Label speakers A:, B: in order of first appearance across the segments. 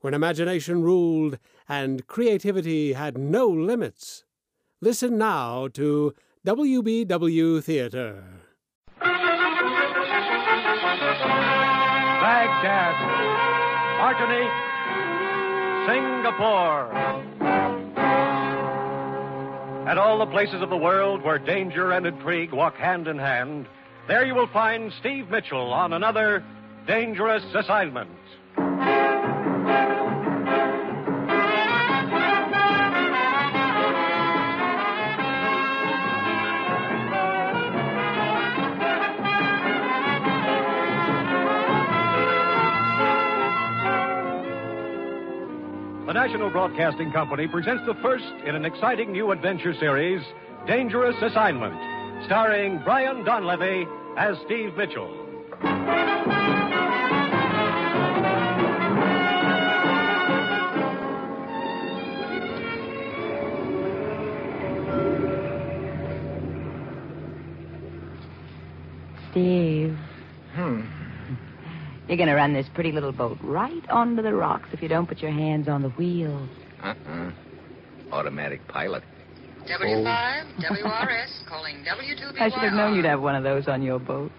A: when imagination ruled and creativity had no limits. Listen now to WBW Theater.
B: Baghdad, Martinique, Singapore. At all the places of the world where danger and intrigue walk hand in hand, there you will find Steve Mitchell on another dangerous assignment. The National Broadcasting Company presents the first in an exciting new adventure series, Dangerous Assignment, starring Brian Donlevy as Steve Mitchell.
C: Steve.
D: Hmm.
C: You're going to run this pretty little boat right onto the rocks if you don't put your hands on the wheels.
D: Uh-uh. Automatic pilot.
E: W5, WRS, calling W2BYR.
C: I should have known you'd have one of those on your boat.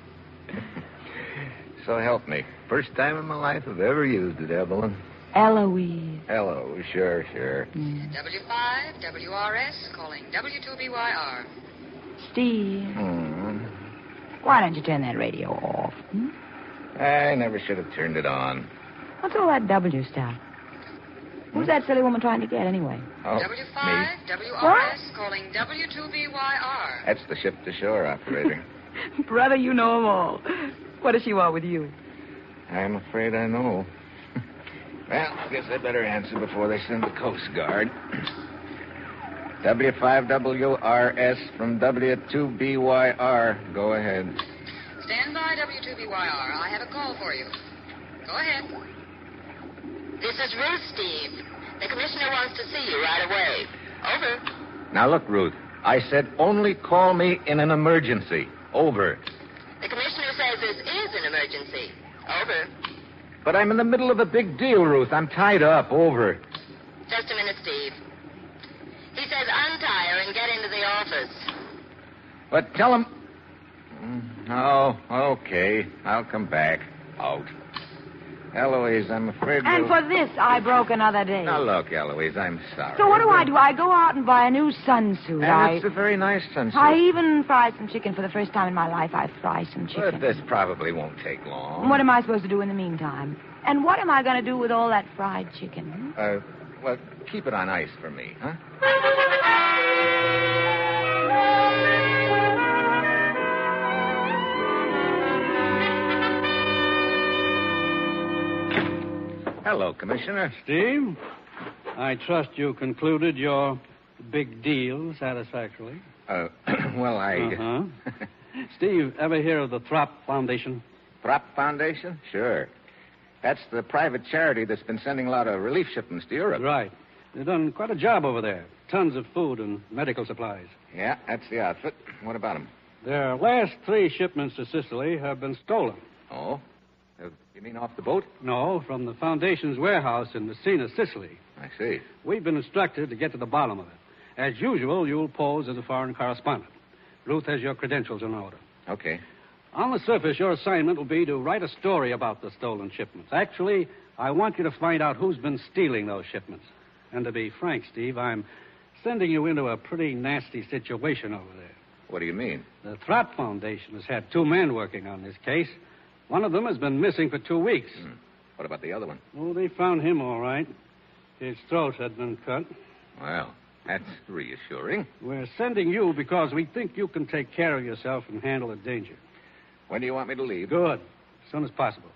D: So help me. First time in my life I've ever used it, Evelyn.
C: Eloise.
D: Hello, sure, sure.
E: W5, WRS, calling W2BYR.
C: Steve.
D: Hmm.
C: Why don't you turn that radio off? hmm?
D: I never should have turned it on.
C: What's all that W stuff? Who's that silly woman trying to get anyway?
D: Hmm? Oh, me.
E: W5, WRS, calling W2BYR.
D: That's the ship to shore operator.
C: Brother, you know 'em all. What does she want with you?
D: I'm afraid I know. well, I guess I better answer before they send the Coast Guard. W5WRS from W2BYR. Go ahead.
E: Stand by W2BYR. I have a call for you. Go ahead. This is Ruth, Steve. The commissioner wants to see you right away. Over.
D: Now look, Ruth. I said only call me in an emergency. Over.
E: The commissioner says this is an emergency. Over.
D: But I'm in the middle of a big deal, Ruth. I'm tied up. Over.
E: Just a minute, Steve. He says untie her and get into the office.
D: But tell him. Mm, Oh, okay. I'll come back. Out. Eloise, I'm afraid.
C: And
D: we'll-
C: for this, I broke another day.
D: Now look, Eloise, I'm sorry.
C: So what do I do? I go out and buy a new sunsuit.
D: And
C: I...
D: it's a very nice sunset.
C: I even fry some chicken for the first time in my life. I fry some chicken.
D: But this probably won't take long.
C: And What am I supposed to do in the meantime? And what am I going to do with all that fried chicken? hmm?
D: Uh, well, keep it on ice for me, huh? Hello, Commissioner.
F: Steve, I trust you concluded your big deal satisfactorily.
D: Uh, well, I.
F: Uh-huh. Steve, ever hear of the Throp Foundation?
D: Prop Foundation? Sure. That's the private charity that's been sending a lot of relief shipments to Europe.
F: Right. They've done quite a job over there. Tons of food and medical supplies.
D: Yeah, that's the outfit. What about them?
F: Their last three shipments to Sicily have been stolen.
D: Oh? Uh, you mean off the boat?
F: No, from the Foundation's warehouse in Messina, Sicily.
D: I see.
F: We've been instructed to get to the bottom of it. As usual, you'll pose as a foreign correspondent. Ruth has your credentials in order.
D: Okay.
F: On the surface, your assignment will be to write a story about the stolen shipments. Actually, I want you to find out who's been stealing those shipments. And to be frank, Steve, I'm sending you into a pretty nasty situation over there.
D: What do you mean?
F: The Throp Foundation has had two men working on this case. One of them has been missing for two weeks.
D: Hmm. What about the other one?
F: Oh, they found him all right. His throat had been cut.
D: Well, that's reassuring.
F: We're sending you because we think you can take care of yourself and handle the danger.
D: When do you want me to leave?
F: Good. As soon as possible.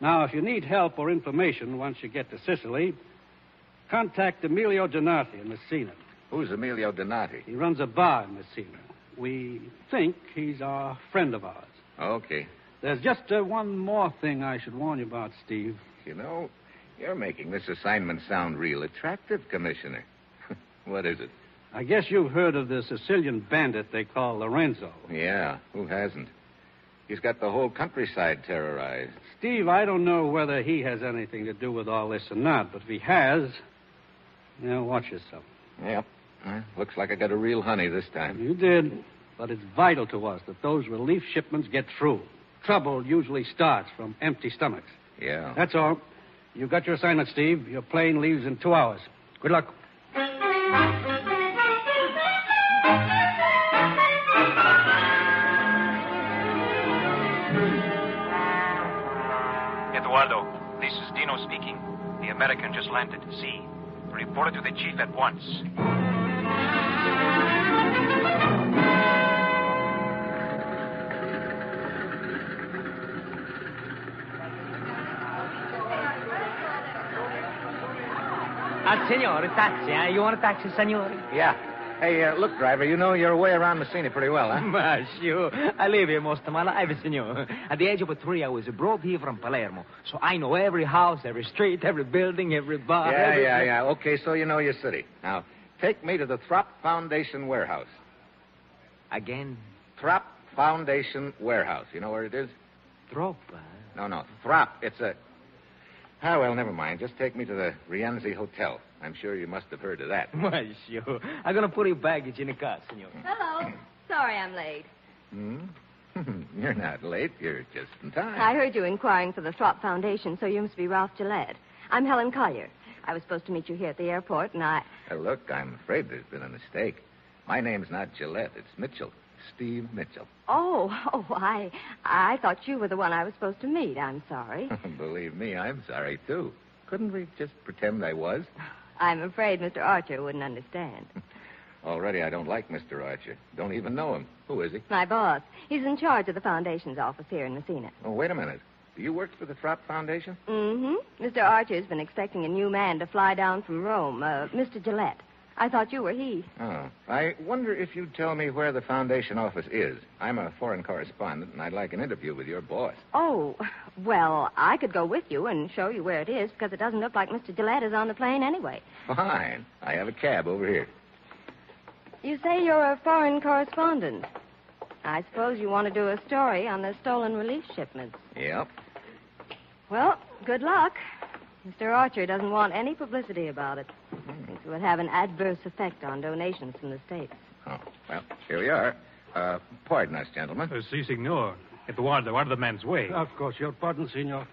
F: Now, if you need help or information once you get to Sicily, Contact Emilio Donati in Messina.
D: Who's Emilio Donati?
F: He runs a bar in Messina. We think he's a friend of ours.
D: Okay.
F: There's just uh, one more thing I should warn you about, Steve.
D: You know, you're making this assignment sound real attractive, Commissioner. what is it?
F: I guess you've heard of the Sicilian bandit they call Lorenzo.
D: Yeah, who hasn't? He's got the whole countryside terrorized.
F: Steve, I don't know whether he has anything to do with all this or not, but if he has, you know, watch yourself.
D: Yep. Huh? Looks like I got a real honey this time.
F: You did, but it's vital to us that those relief shipments get through. Trouble usually starts from empty stomachs.
D: Yeah.
F: That's all. You got your assignment, Steve. Your plane leaves in two hours. Good luck.
G: Eduardo, this is Dino speaking. The American just landed. See. Report to the chief at once.
H: Ah, signore, taxi, eh? You want a taxi, signore?
D: Yeah. Hey, uh, look, driver, you know your way around Messina pretty well, huh?
H: Ma, sure. I live here most of my life, signore. At the age of three, I was brought here from Palermo, so I know every house, every street, every building, every
F: Uh,
H: bar.
D: yeah,
H: every...
D: yeah, yeah. Okay, so you know your city. Now, take me to the Throp Foundation warehouse.
H: Again,
D: Throp Foundation warehouse. You know where it is?
H: troppa.
D: No, no, Throp. It's a. Ah, well, never mind. Just take me to the Rienzi Hotel. I'm sure you must have heard of that.
H: Ma, sure. I'm gonna put your baggage in the car, signore.
I: Hello. Sorry I'm late.
D: Hmm? You're not late. You're just in time.
I: I heard you inquiring for the Throp Foundation, so you must be Ralph Gillette. I'm Helen Collier. I was supposed to meet you here at the airport, and I.
D: Uh, look, I'm afraid there's been a mistake. My name's not Gillette. It's Mitchell. Steve Mitchell.
I: Oh, oh, I. I thought you were the one I was supposed to meet. I'm sorry.
D: Believe me, I'm sorry, too. Couldn't we just pretend I was?
I: I'm afraid Mr. Archer wouldn't understand.
D: Already I don't like Mr. Archer. Don't even know him. Who is he?
I: My boss. He's in charge of the foundation's office here in Messina.
D: Oh, wait a minute. Do you work for the Throp Foundation?
I: Mm-hmm. Mr. Archer's been expecting a new man to fly down from Rome, uh, Mr. Gillette. I thought you were he.
D: Oh. I wonder if you'd tell me where the foundation office is. I'm a foreign correspondent, and I'd like an interview with your boss.
I: Oh, well, I could go with you and show you where it is because it doesn't look like Mr. Gillette is on the plane anyway.
D: Fine. I have a cab over here.
I: You say you're a foreign correspondent. I suppose you want to do a story on the stolen relief shipments.
D: Yep.
I: Well, good luck. Mr. Archer doesn't want any publicity about it. Thinks it would have an adverse effect on donations from the States.
D: Oh, well, here we are. Uh, pardon us, gentlemen. Uh,
J: Uh, si, signor. Eduardo, out of the man's way.
F: Of course, your pardon, senor.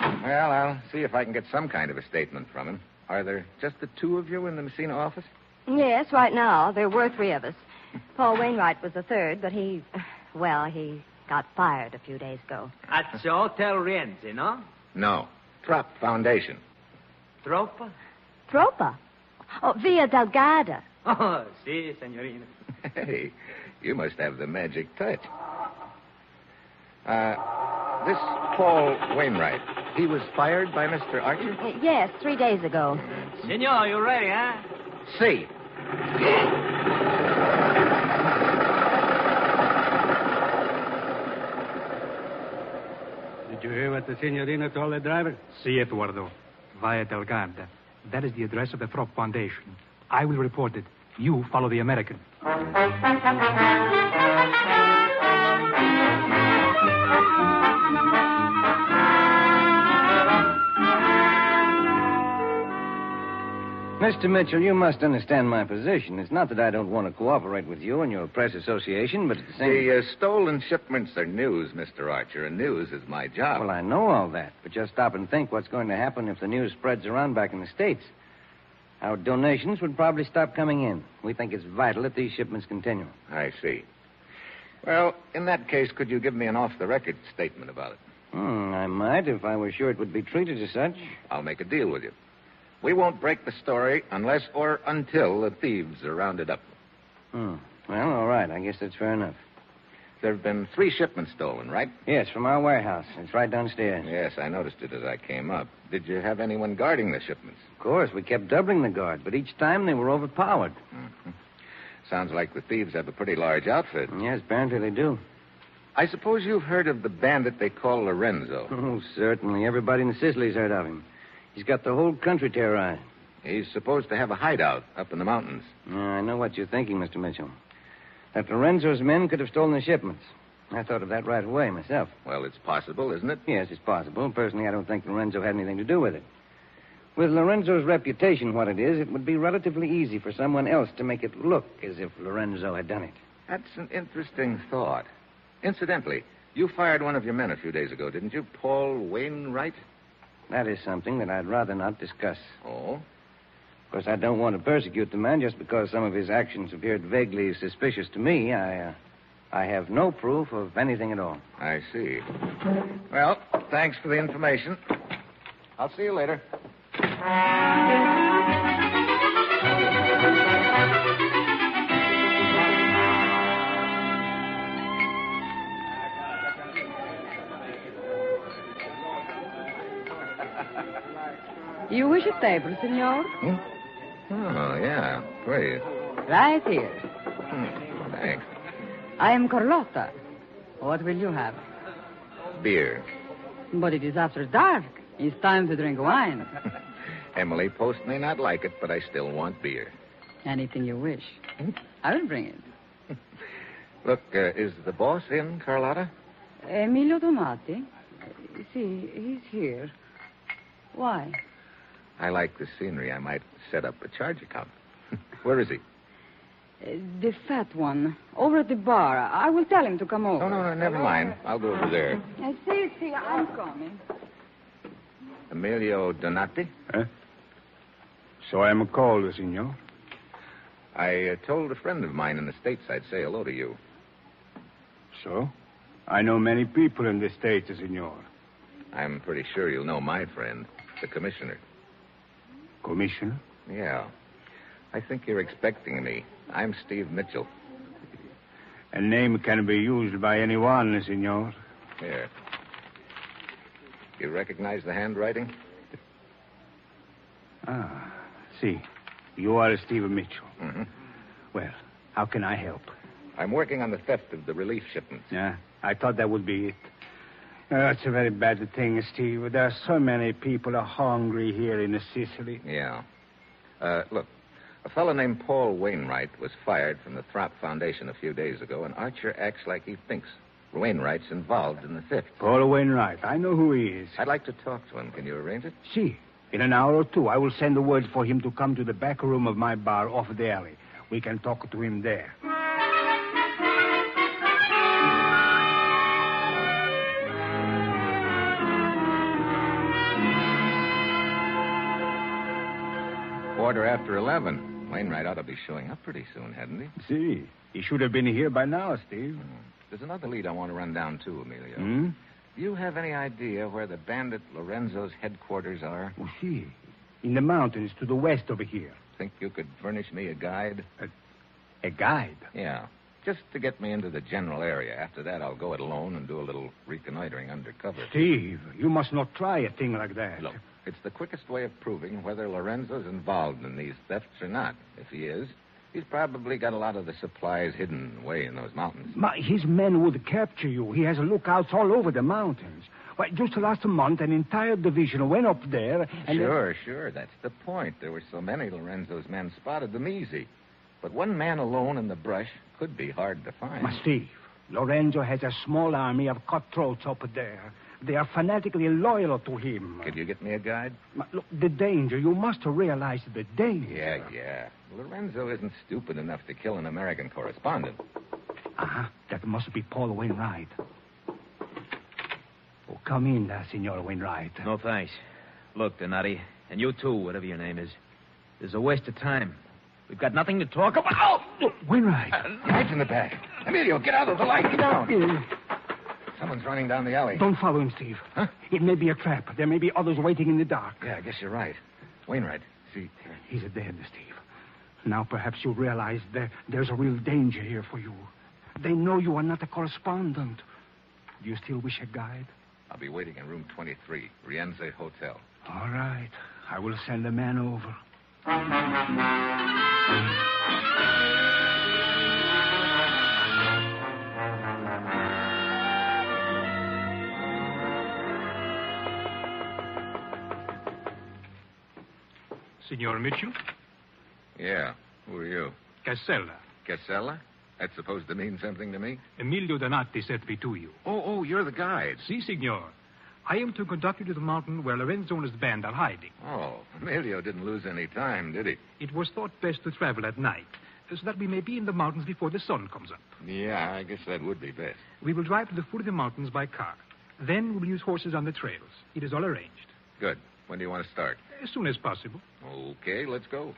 D: Well, I'll see if I can get some kind of a statement from him. Are there just the two of you in the Messina office?
I: Yes, right now. There were three of us. Paul Wainwright was the third, but he, well, he got fired a few days ago.
H: At the Hotel Rienzi, no?
D: No. Trop Foundation.
H: Troppa?
I: Tropa. Oh, Via Delgada.
H: Oh, si, signorina.
D: Hey, you must have the magic touch. Uh, this Paul Wainwright, he was fired by Mr. Archer?
I: Uh, Yes, three days ago.
H: Signor, you ready, eh? huh?
D: See.
F: Did you hear what the senorina told the driver?
J: Si, Eduardo. Via Delgada. That is the address of the Throp Foundation. I will report it. You follow the American.
K: Mr. Mitchell, you must understand my position. It's not that I don't want to cooperate with you and your press association, but at the same
D: The uh, stolen shipments are news, Mr. Archer, and news is my job.
K: Well, I know all that, but just stop and think what's going to happen if the news spreads around back in the States. Our donations would probably stop coming in. We think it's vital that these shipments continue.
D: I see. Well, in that case, could you give me an off the record statement about it?
K: Hmm, I might if I were sure it would be treated as such.
D: I'll make a deal with you. We won't break the story unless or until the thieves are rounded up.
K: Hmm. Well, all right. I guess that's fair enough.
D: There have been three shipments stolen, right?
K: Yes, from our warehouse. It's right downstairs.
D: Yes, I noticed it as I came up. Did you have anyone guarding the shipments?
K: Of course, we kept doubling the guard, but each time they were overpowered.
D: Mm-hmm. Sounds like the thieves have a pretty large outfit.
K: Yes, apparently they do.
D: I suppose you've heard of the bandit they call Lorenzo.
K: Oh, certainly. Everybody in Sicily's heard of him. He's got the whole country terrorized.
D: He's supposed to have a hideout up in the mountains.
K: Yeah, I know what you're thinking, Mr. Mitchell. That Lorenzo's men could have stolen the shipments. I thought of that right away myself.
D: Well, it's possible, isn't it?
K: Yes, it's possible. Personally, I don't think Lorenzo had anything to do with it. With Lorenzo's reputation, what it is, it would be relatively easy for someone else to make it look as if Lorenzo had done it.
D: That's an interesting thought. Incidentally, you fired one of your men a few days ago, didn't you? Paul Wainwright?
K: That is something that I'd rather not discuss.
D: Oh?
K: Of course, I don't want to persecute the man just because some of his actions appeared vaguely suspicious to me. I, uh, I have no proof of anything at all.
D: I see. Well, thanks for the information. I'll see you later.
L: You wish a table, senor?
D: Hmm? Oh, yeah. Please.
L: Right here.
D: Hmm, Thanks.
L: I am Carlotta. What will you have?
D: Beer.
L: But it is after dark. It's time to drink wine.
D: Emily, Post may not like it, but I still want beer.
L: Anything you wish.
D: Hmm?
L: I will bring it.
D: Look, uh, is the boss in, Carlotta?
L: Emilio Donati. See, he's here. Why?
D: I like the scenery. I might set up a charge account. Where is he?
L: Uh, The fat one, over at the bar. I will tell him to come over.
D: No, no, no, never mind. I'll go over there.
L: Uh, see, see, I'm coming.
D: Emilio Donati?
M: Eh? So I'm called, Signor.
D: I uh, told a friend of mine in the States I'd say hello to you.
M: So? I know many people in the States, Signor.
D: I'm pretty sure you'll know my friend, the commissioner.
M: Commissioner?
D: Yeah. I think you're expecting me. I'm Steve Mitchell.
M: A name can be used by anyone, Signor.
D: Here. You recognize the handwriting?
M: Ah, see. You are Steve Mitchell.
D: Mm-hmm.
M: Well, how can I help?
D: I'm working on the theft of the relief shipments.
M: Yeah, I thought that would be it. Uh, that's a very bad thing, Steve. There are so many people are hungry here in Sicily.
D: Yeah. Uh, look, a fellow named Paul Wainwright was fired from the Throp Foundation a few days ago, and Archer acts like he thinks Wainwright's involved in the theft.
M: Paul Wainwright, I know who he is.
D: I'd like to talk to him. Can you arrange it?
M: See, in an hour or two, I will send the word for him to come to the back room of my bar off the alley. We can talk to him there.
D: Quarter after 11. Wainwright ought to be showing up pretty soon, hadn't he? Hmm.
M: See, he should have been here by now, Steve.
D: There's another lead I want to run down, too, Emilio.
M: Hmm?
D: Do you have any idea where the bandit Lorenzo's headquarters are?
M: Oh, see, in the mountains to the west over here.
D: Think you could furnish me a guide?
M: A guide.
D: Yeah. Just to get me into the general area. After that, I'll go it alone and do a little reconnoitering undercover.
M: Steve, you must not try a thing like that.
D: Look, it's the quickest way of proving whether Lorenzo's involved in these thefts or not. If he is, he's probably got a lot of the supplies hidden away in those mountains.
M: Ma, his men would capture you. He has lookouts all over the mountains. Why, just last month, an entire division went up there and.
D: sure, sure. That's the point. There were so many Lorenzo's men spotted them easy. But one man alone in the brush could be hard to find.
M: Ma, Steve, Lorenzo has a small army of cutthroats up there. They are fanatically loyal to him.
D: Could you get me a guide?
M: Ma, look, the danger. You must realize the danger.
D: Yeah, yeah. Lorenzo isn't stupid enough to kill an American correspondent.
M: Uh-huh. That must be Paul Wainwright. Oh, come in, uh, Signor Wainwright.
N: No thanks. Look, Donati, and you too, whatever your name is, is a waste of time. We've got nothing to talk about. Oh!
M: Wainwright.
D: Lights uh, in the back. Emilio, get out of the light. Get down. Someone's running down the alley.
M: Don't follow him, Steve. Huh? It may be a trap. There may be others waiting in the dark.
D: Yeah, I guess you're right. Wainwright, see.
M: He's dead, Steve. Now perhaps you realize that there's a real danger here for you.
J: They know you are not a correspondent. Do you still wish a guide?
D: I'll be waiting in room 23, Rienze Hotel.
J: All right. I will send a man over.
O: Signor Mitchell?
D: Yeah. Who are you?
O: Casella.
D: Casella? That's supposed to mean something to me?
O: Emilio Donati sent me to you.
D: Oh, oh, you're the guide.
O: Si, signor. I am to conduct you to the mountain where Lorenzo and his band are hiding.
D: Oh, Emilio didn't lose any time, did he?
O: It was thought best to travel at night, so that we may be in the mountains before the sun comes up.
D: Yeah, I guess that would be best.
O: We will drive to the foot of the mountains by car. Then we will use horses on the trails. It is all arranged.
D: Good. When do you want to start?
O: As soon as possible.
D: Okay, let's go.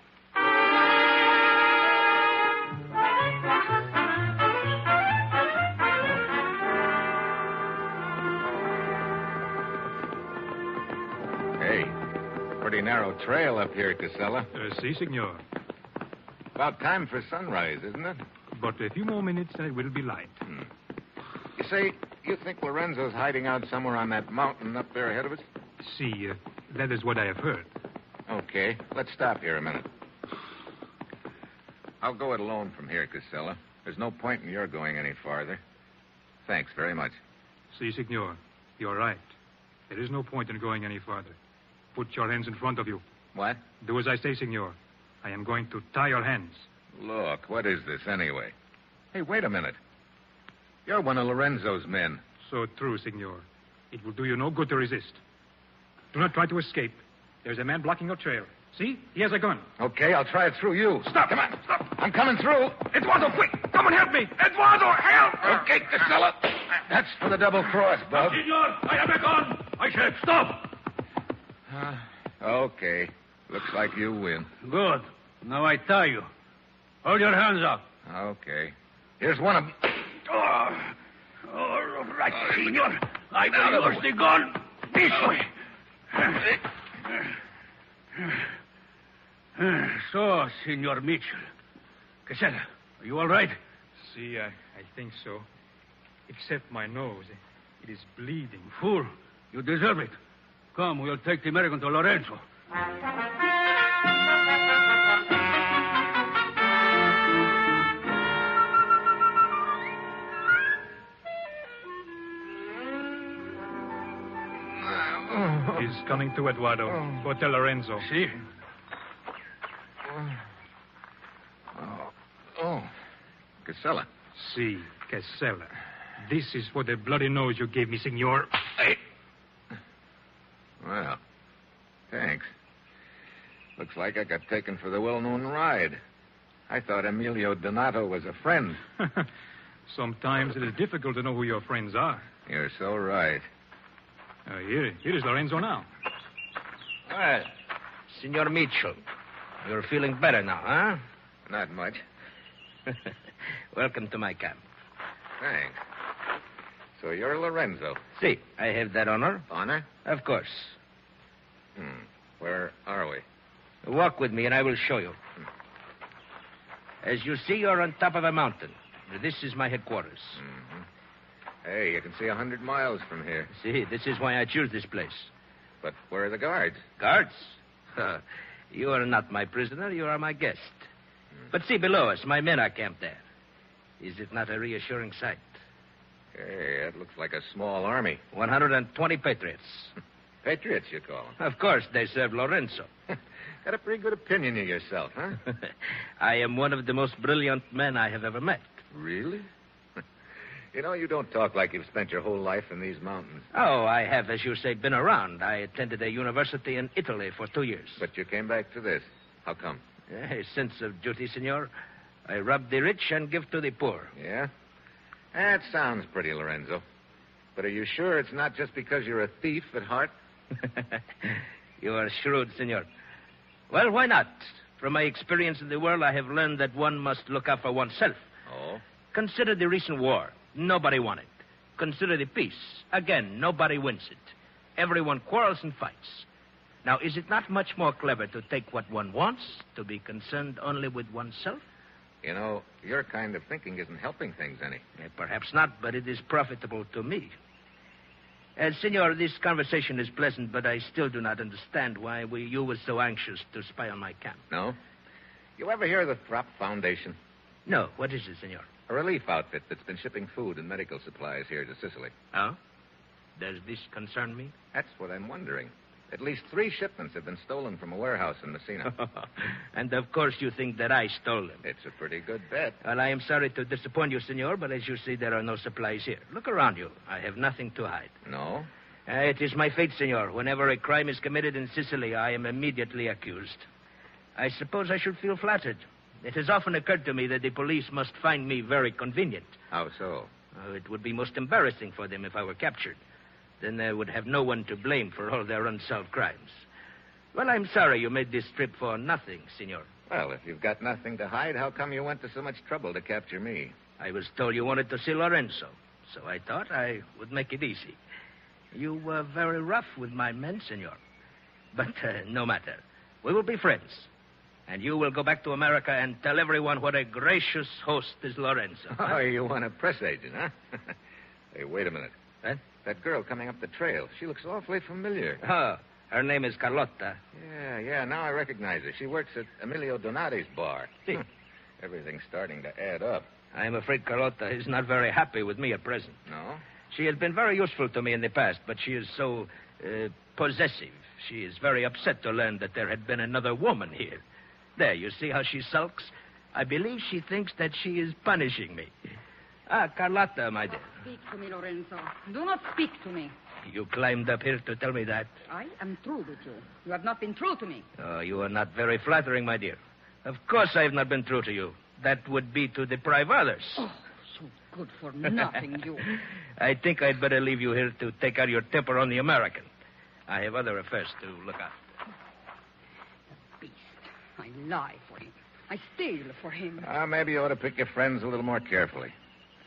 D: Hey, pretty narrow trail up here, Casella.
O: Uh, si, signor.
D: About time for sunrise, isn't it?
O: But a few more minutes and it will be light.
D: Hmm. You say you think Lorenzo's hiding out somewhere on that mountain up there ahead of us?
O: See, uh, that is what I have heard.
D: Okay, let's stop here a minute. I'll go it alone from here, Casella. There's no point in your going any farther. Thanks very much.
O: Si, signor. You're right. There is no point in going any farther. Put your hands in front of you.
D: What?
O: Do as I say, signor. I am going to tie your hands.
D: Look, what is this anyway? Hey, wait a minute. You're one of Lorenzo's men.
O: So true, signor. It will do you no good to resist. Do not try to escape. There's a man blocking your trail. See? He has a gun.
D: Okay, I'll try it through you.
O: Stop.
D: Come on, stop. I'm coming through.
O: Eduardo, quick! Come and help me! Eduardo, help!
D: Okay, Casella. That's for the double cross, Bub.
O: Signor, I have a gun! I said stop! Ah.
D: Okay. Looks like you win.
P: Good. Now I tie you. Hold your hands up.
D: Okay. Here's one of 'em.
E: Oh,
P: All right, senor. I will use the gun this way. So, Senor Mitchell. Casella, are you all right?
O: See, I, I think so. Except my nose. It is bleeding.
P: Fool, you deserve it. Come, we'll take the American to Lorenzo.
O: He's coming to Eduardo. Go tell Lorenzo. See?
D: Oh, Casella.
O: See, Casella. This is for the bloody nose you gave me, senor. Hey.
D: Well, thanks. Looks like I got taken for the well-known ride. I thought Emilio Donato was a friend.
O: Sometimes it is difficult to know who your friends are.
D: You're so right.
O: Uh, here, here is Lorenzo now.
P: Well, Senor Mitchell, you're feeling better now, huh?
D: Not much.
P: Welcome to my camp.
D: Thanks. So you're Lorenzo.
P: See, I have that honor.
D: Honor?
P: Of course.
D: Hmm. Where are we? Hmm.
P: Walk with me and I will show you. As you see, you're on top of a mountain. This is my headquarters.
D: Mm-hmm. Hey, you can see a hundred miles from here.
P: See, this is why I choose this place.
D: But where are the guards?
P: Guards? you are not my prisoner, you are my guest. But see below us, my men are camped there. Is it not a reassuring sight?
D: Hey, that looks like a small army.
P: 120 patriots.
D: Patriots, you call 'em.
P: Of course, they serve Lorenzo.
D: Got a pretty good opinion of yourself, huh?
P: I am one of the most brilliant men I have ever met.
D: really? you know, you don't talk like you've spent your whole life in these mountains.
P: Oh, I have, as you say, been around. I attended a university in Italy for two years.
D: But you came back to this. How come?
P: A sense of duty, senor. I rob the rich and give to the poor.
D: Yeah? That sounds pretty, Lorenzo. But are you sure it's not just because you're a thief at heart?
P: You are shrewd, senor. Well, why not? From my experience in the world, I have learned that one must look out for oneself.
D: Oh?
P: Consider the recent war. Nobody won it. Consider the peace. Again, nobody wins it. Everyone quarrels and fights. Now, is it not much more clever to take what one wants, to be concerned only with oneself,
D: You know, your kind of thinking isn't helping things any.
P: Eh, Perhaps not, but it is profitable to me. Uh, senor, this conversation is pleasant, but I still do not understand why we, you were so anxious to spy on my camp.
D: No? You ever hear of the Throp Foundation?
P: No. What is it, senor?
D: A relief outfit that's been shipping food and medical supplies here to Sicily.
P: Oh? Does this concern me?
D: That's what I'm wondering. At least three shipments have been stolen from a warehouse in Messina.
P: and of course you think that I stole them.
D: It's a pretty good bet.
P: Well, I am sorry to disappoint you, senor, but as you see, there are no supplies here. Look around you. I have nothing to hide.
D: No?
P: Uh, it is my fate, senor. Whenever a crime is committed in Sicily, I am immediately accused. I suppose I should feel flattered. It has often occurred to me that the police must find me very convenient.
D: How so?
P: Uh, it would be most embarrassing for them if I were captured. Then they would have no one to blame for all their unsolved crimes. Well, I'm sorry you made this trip for nothing, senor.
D: Well, if you've got nothing to hide, how come you went to so much trouble to capture me?
P: I was told you wanted to see Lorenzo, so I thought I would make it easy. You were very rough with my men, senor. But uh, no matter. We will be friends. And you will go back to America and tell everyone what a gracious host is Lorenzo. huh?
D: Oh, you want a press agent, huh? hey, wait a minute.
P: Huh?
D: That girl coming up the trail, she looks awfully familiar.
P: Oh, her name is Carlotta.
D: Yeah, yeah, now I recognize her. She works at Emilio Donati's bar.
Q: Hmm.
D: Everything's starting to add up.
P: I am afraid Carlotta is not very happy with me at present.
D: No?
P: She has been very useful to me in the past, but she is so uh, possessive. She is very upset to learn that there had been another woman here. There, you see how she sulks? I believe she thinks that she is punishing me. Ah, Carlotta, my dear.
Q: Speak to me, Lorenzo. Do not speak to me.
P: You climbed up here to tell me that.
Q: I am true with you. You have not been true to me.
P: Oh, you are not very flattering, my dear. Of course I have not been true to you. That would be to deprive others.
Q: Oh, so good for nothing, you.
P: I think I'd better leave you here to take out your temper on the American. I have other affairs to look after.
Q: Beast. I lie for him. I steal for him.
D: Ah, maybe you ought to pick your friends a little more carefully.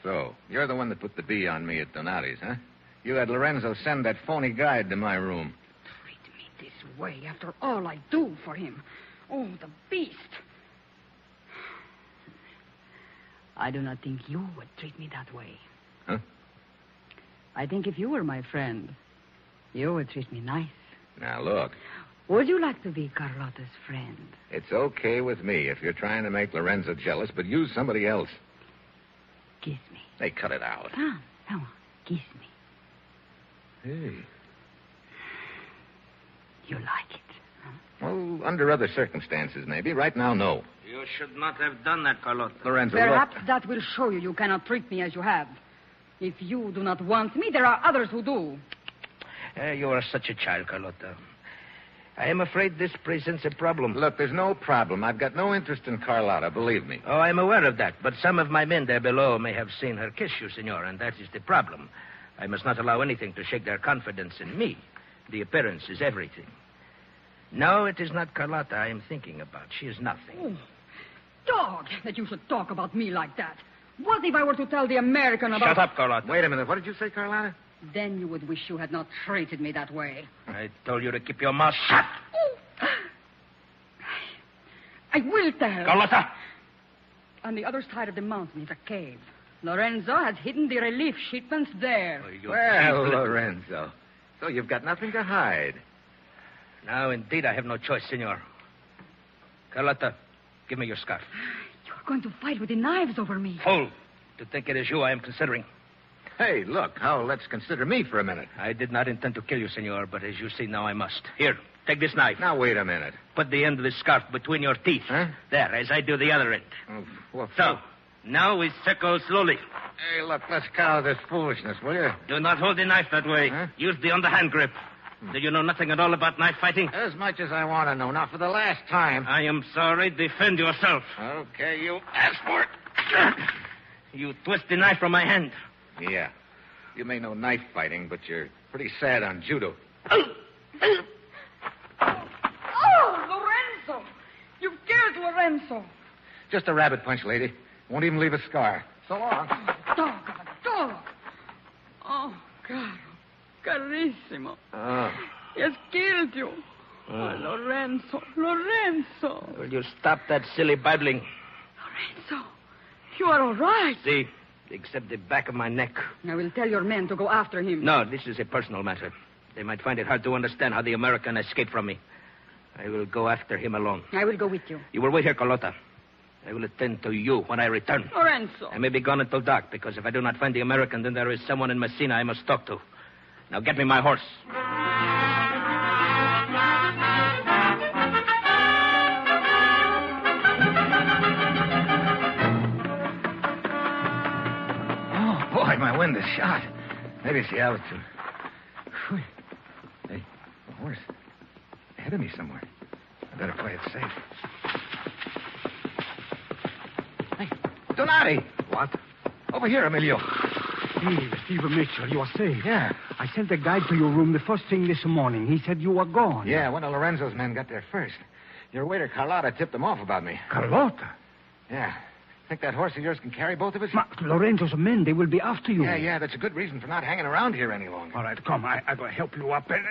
D: So, you're the one that put the bee on me at Donati's, huh? You had Lorenzo send that phony guide to my room.
Q: Treat me this way after all I do for him. Oh, the beast. I do not think you would treat me that way.
D: Huh?
Q: I think if you were my friend, you would treat me nice.
D: Now, look,
Q: Would you like to be Carlotta's friend?
D: it's okay with me if you're trying to make Lorenzo jealous, but use somebody else.
Q: Kiss
D: me. Hey, cut it out.
Q: Come, come on, kiss me.
D: Hey.
Q: You like it.
D: Well, under other circumstances, maybe. Right now, no.
P: You should not have done that, Carlotta.
D: Lorenzo,
Q: Perhaps that will show you you cannot treat me as you have. If you do not want me, there are others who do.
P: Uh, you are such a child, Carlotta. I am afraid this presents a problem.
D: Look, there's no problem. I've got no interest in Carlotta, believe me.
P: Oh, I'm aware of that, but some of my men there below may have seen her kiss you, senor, and that is the problem. I must not allow anything to shake their confidence in me. The appearance is everything. No, it is not Carlotta I am thinking about. She is nothing.
Q: Oh, dog, that you should talk about me like that. What if I were to tell the American about.
P: Shut up, Carlotta.
D: Wait a minute. What did you say, Carlotta?
Q: Then you would wish you had not treated me that way.
P: I told you to keep your mouth shut.
Q: I will tell.
P: Carlotta!
Q: On the other side of the mountain is a cave. Lorenzo has hidden the relief shipments there.
D: Well, Oh, Lorenzo. So you've got nothing to hide.
P: Now, indeed, I have no choice, senor. Carlotta, give me your scarf.
Q: You are going to fight with the knives over me.
P: Fool! To think it is you I am considering.
D: Hey, look, how let's consider me for a minute.
P: I did not intend to kill you, senor, but as you see now, I must. Here, take this knife.
D: Now, wait a minute.
P: Put the end of this scarf between your teeth.
D: Huh?
P: There, as I do the other end.
D: Oh, well,
P: So, now we circle slowly.
D: Hey, look, let's cow this foolishness, will you?
P: Do not hold the knife that way.
D: Huh?
P: Use the underhand grip. Do you know nothing at all about knife fighting?
D: As much as I want to know. Now, for the last time.
P: I am sorry. Defend yourself.
D: Okay, you asked for it.
P: You twist the knife from my hand.
D: Yeah. You may know knife fighting, but you're pretty sad on judo.
Q: Oh, Lorenzo! You've killed Lorenzo.
D: Just a rabbit punch, lady. Won't even leave a scar. So long.
Q: Dog of a dog. Oh, caro. Carissimo.
D: Oh.
Q: He has killed you. Oh, Lorenzo. Lorenzo.
P: Will you stop that silly babbling?
Q: Lorenzo, you are all right.
P: See, except the back of my neck.
Q: I will tell your men to go after him.
P: No, this is a personal matter. They might find it hard to understand how the American escaped from me. I will go after him alone.
Q: I will go with you.
P: You will wait here, Carlotta. I will attend to you when I return.
Q: Lorenzo.
P: I may be gone until dark, because if I do not find the American, then there is someone in Messina I must talk to. Now get me my horse.
D: Oh, boy, my window's shot. Maybe it's the altitude. Whew. Hey, a horse. Ahead of me somewhere. I better play it safe. Hey, Donati! What? Over here, Emilio.
J: Steve, Steve Mitchell, you are safe.
D: Yeah.
J: I sent a guide to your room the first thing this morning. He said you were gone.
D: Yeah, one of Lorenzo's men got there first. Your waiter, Carlotta, tipped him off about me.
J: Carlotta?
D: Yeah. Think that horse of yours can carry both of us?
J: Lorenzo's men, they will be after you.
D: Yeah, yeah, that's a good reason for not hanging around here any longer.
J: All right, come. I, I will help you up. And...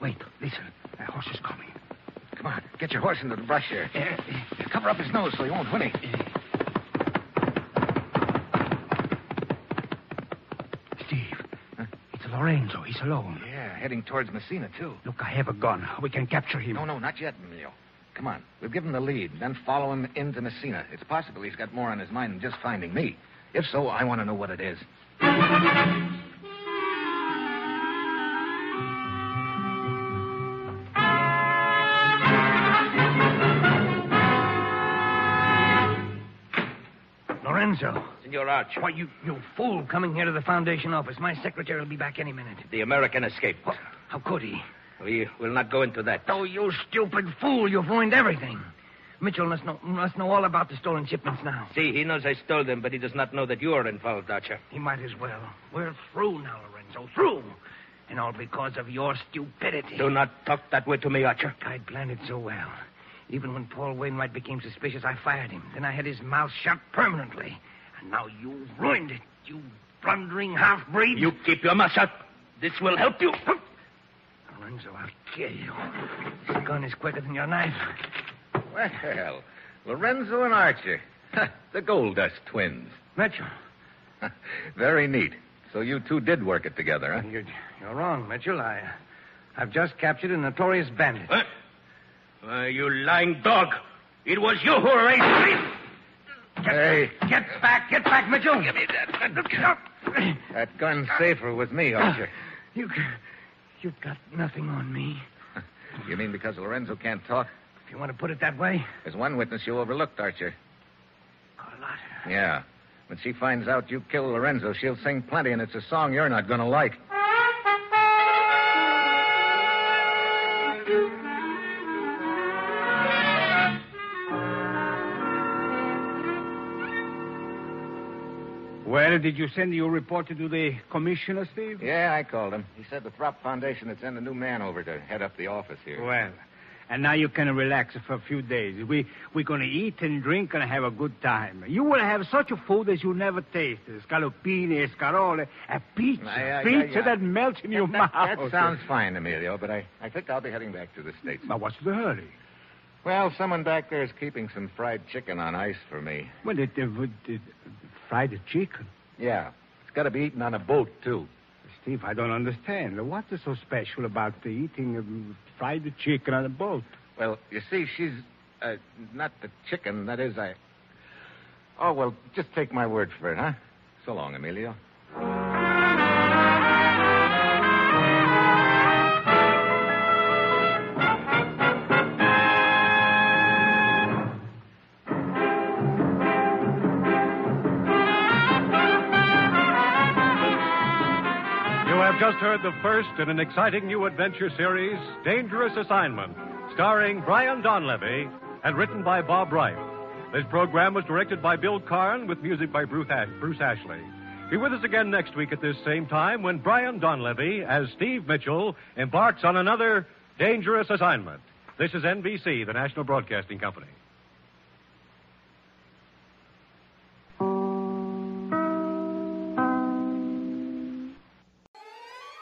J: Wait, listen. That horse is coming. Eh,
D: Come on, get your horse into the brush here. Cover up his nose so he won't whinny.
J: Steve, it's Lorenzo. He's alone.
D: Yeah, heading towards Messina, too.
J: Look, I have a gun. We can capture him.
D: No, no, not yet, Emilio. Come on, we'll give him the lead, then follow him into Messina. It's possible he's got more on his mind than just finding me. If so, I want to know what it is.
K: Lorenzo.
P: Senor Arch,
K: Why, you, you fool coming here to the Foundation office. My secretary will be back any minute.
P: the American escaped.
K: How could he?
P: We will not go into that.
K: Oh, you stupid fool. You've ruined everything. Mitchell must know, must know all about the stolen shipments now.
P: See, he knows I stole them, but he does not know that you are involved, Archer.
K: He might as well. We're through now, Lorenzo. Through. And all because of your stupidity.
P: Do not talk that way to me, Archer.
K: I'd planned it so well. Even when Paul Wainwright became suspicious, I fired him. Then I had his mouth shut permanently. And now you ruined it, you blundering half breed.
P: You keep your mouth shut. This will help you.
K: Lorenzo, I'll kill you. This gun is quicker than your knife.
D: Well, Lorenzo and Archer. the Gold Dust twins.
K: Mitchell.
D: Very neat. So you two did work it together, huh?
K: You're, you're wrong, Mitchell. I, I've just captured a notorious bandit.
P: What? Why, uh, you lying dog. It was you who raised me.
D: Hey,
K: Get back, get back, Mitchell. Give me
D: that. that gun's safer with me, Archer.
K: You, you've got nothing on me.
D: You mean because Lorenzo can't talk?
K: If you want to put it that way,
D: There's one witness you overlooked, Archer.
K: Carlotta.
D: Yeah. When she finds out you killed Lorenzo, she'll sing plenty, and it's a song you're not going to like.
M: Well, did you send your report to the commissioner, Steve?
D: Yeah, I called him. He said the Throp Foundation had sent a new man over to head up the office here.
M: Well, and now you can relax for a few days. We, we're going to eat and drink and have a good time. You will have such a food as you never tasted. Scallopini, escarole, a pizza.
D: Aye, aye,
M: pizza
D: aye, aye.
M: that melts in your
D: that,
M: mouth.
D: that sounds fine, Emilio, but I, I think I'll be heading back to the States.
M: But what's the hurry?
D: Well, someone back there is keeping some fried chicken on ice for me.
M: Well, it, it, would- it, fried chicken.
D: Yeah. It's got to be eaten on a boat, too.
M: Steve, I don't understand. What is so special about the eating of fried chicken on a boat?
D: Well, you see, she's uh, not the chicken. That is, I. Oh, well, just take my word for it, huh? So long, Emilio.
B: You have just heard the first in an exciting new adventure series, Dangerous Assignment, starring Brian Donlevy and written by Bob Wright. This program was directed by Bill Karn with music by Bruce, Ash- Bruce Ashley. Be with us again next week at this same time when Brian Donlevy, as Steve Mitchell, embarks on another Dangerous Assignment. This is NBC, the National Broadcasting Company.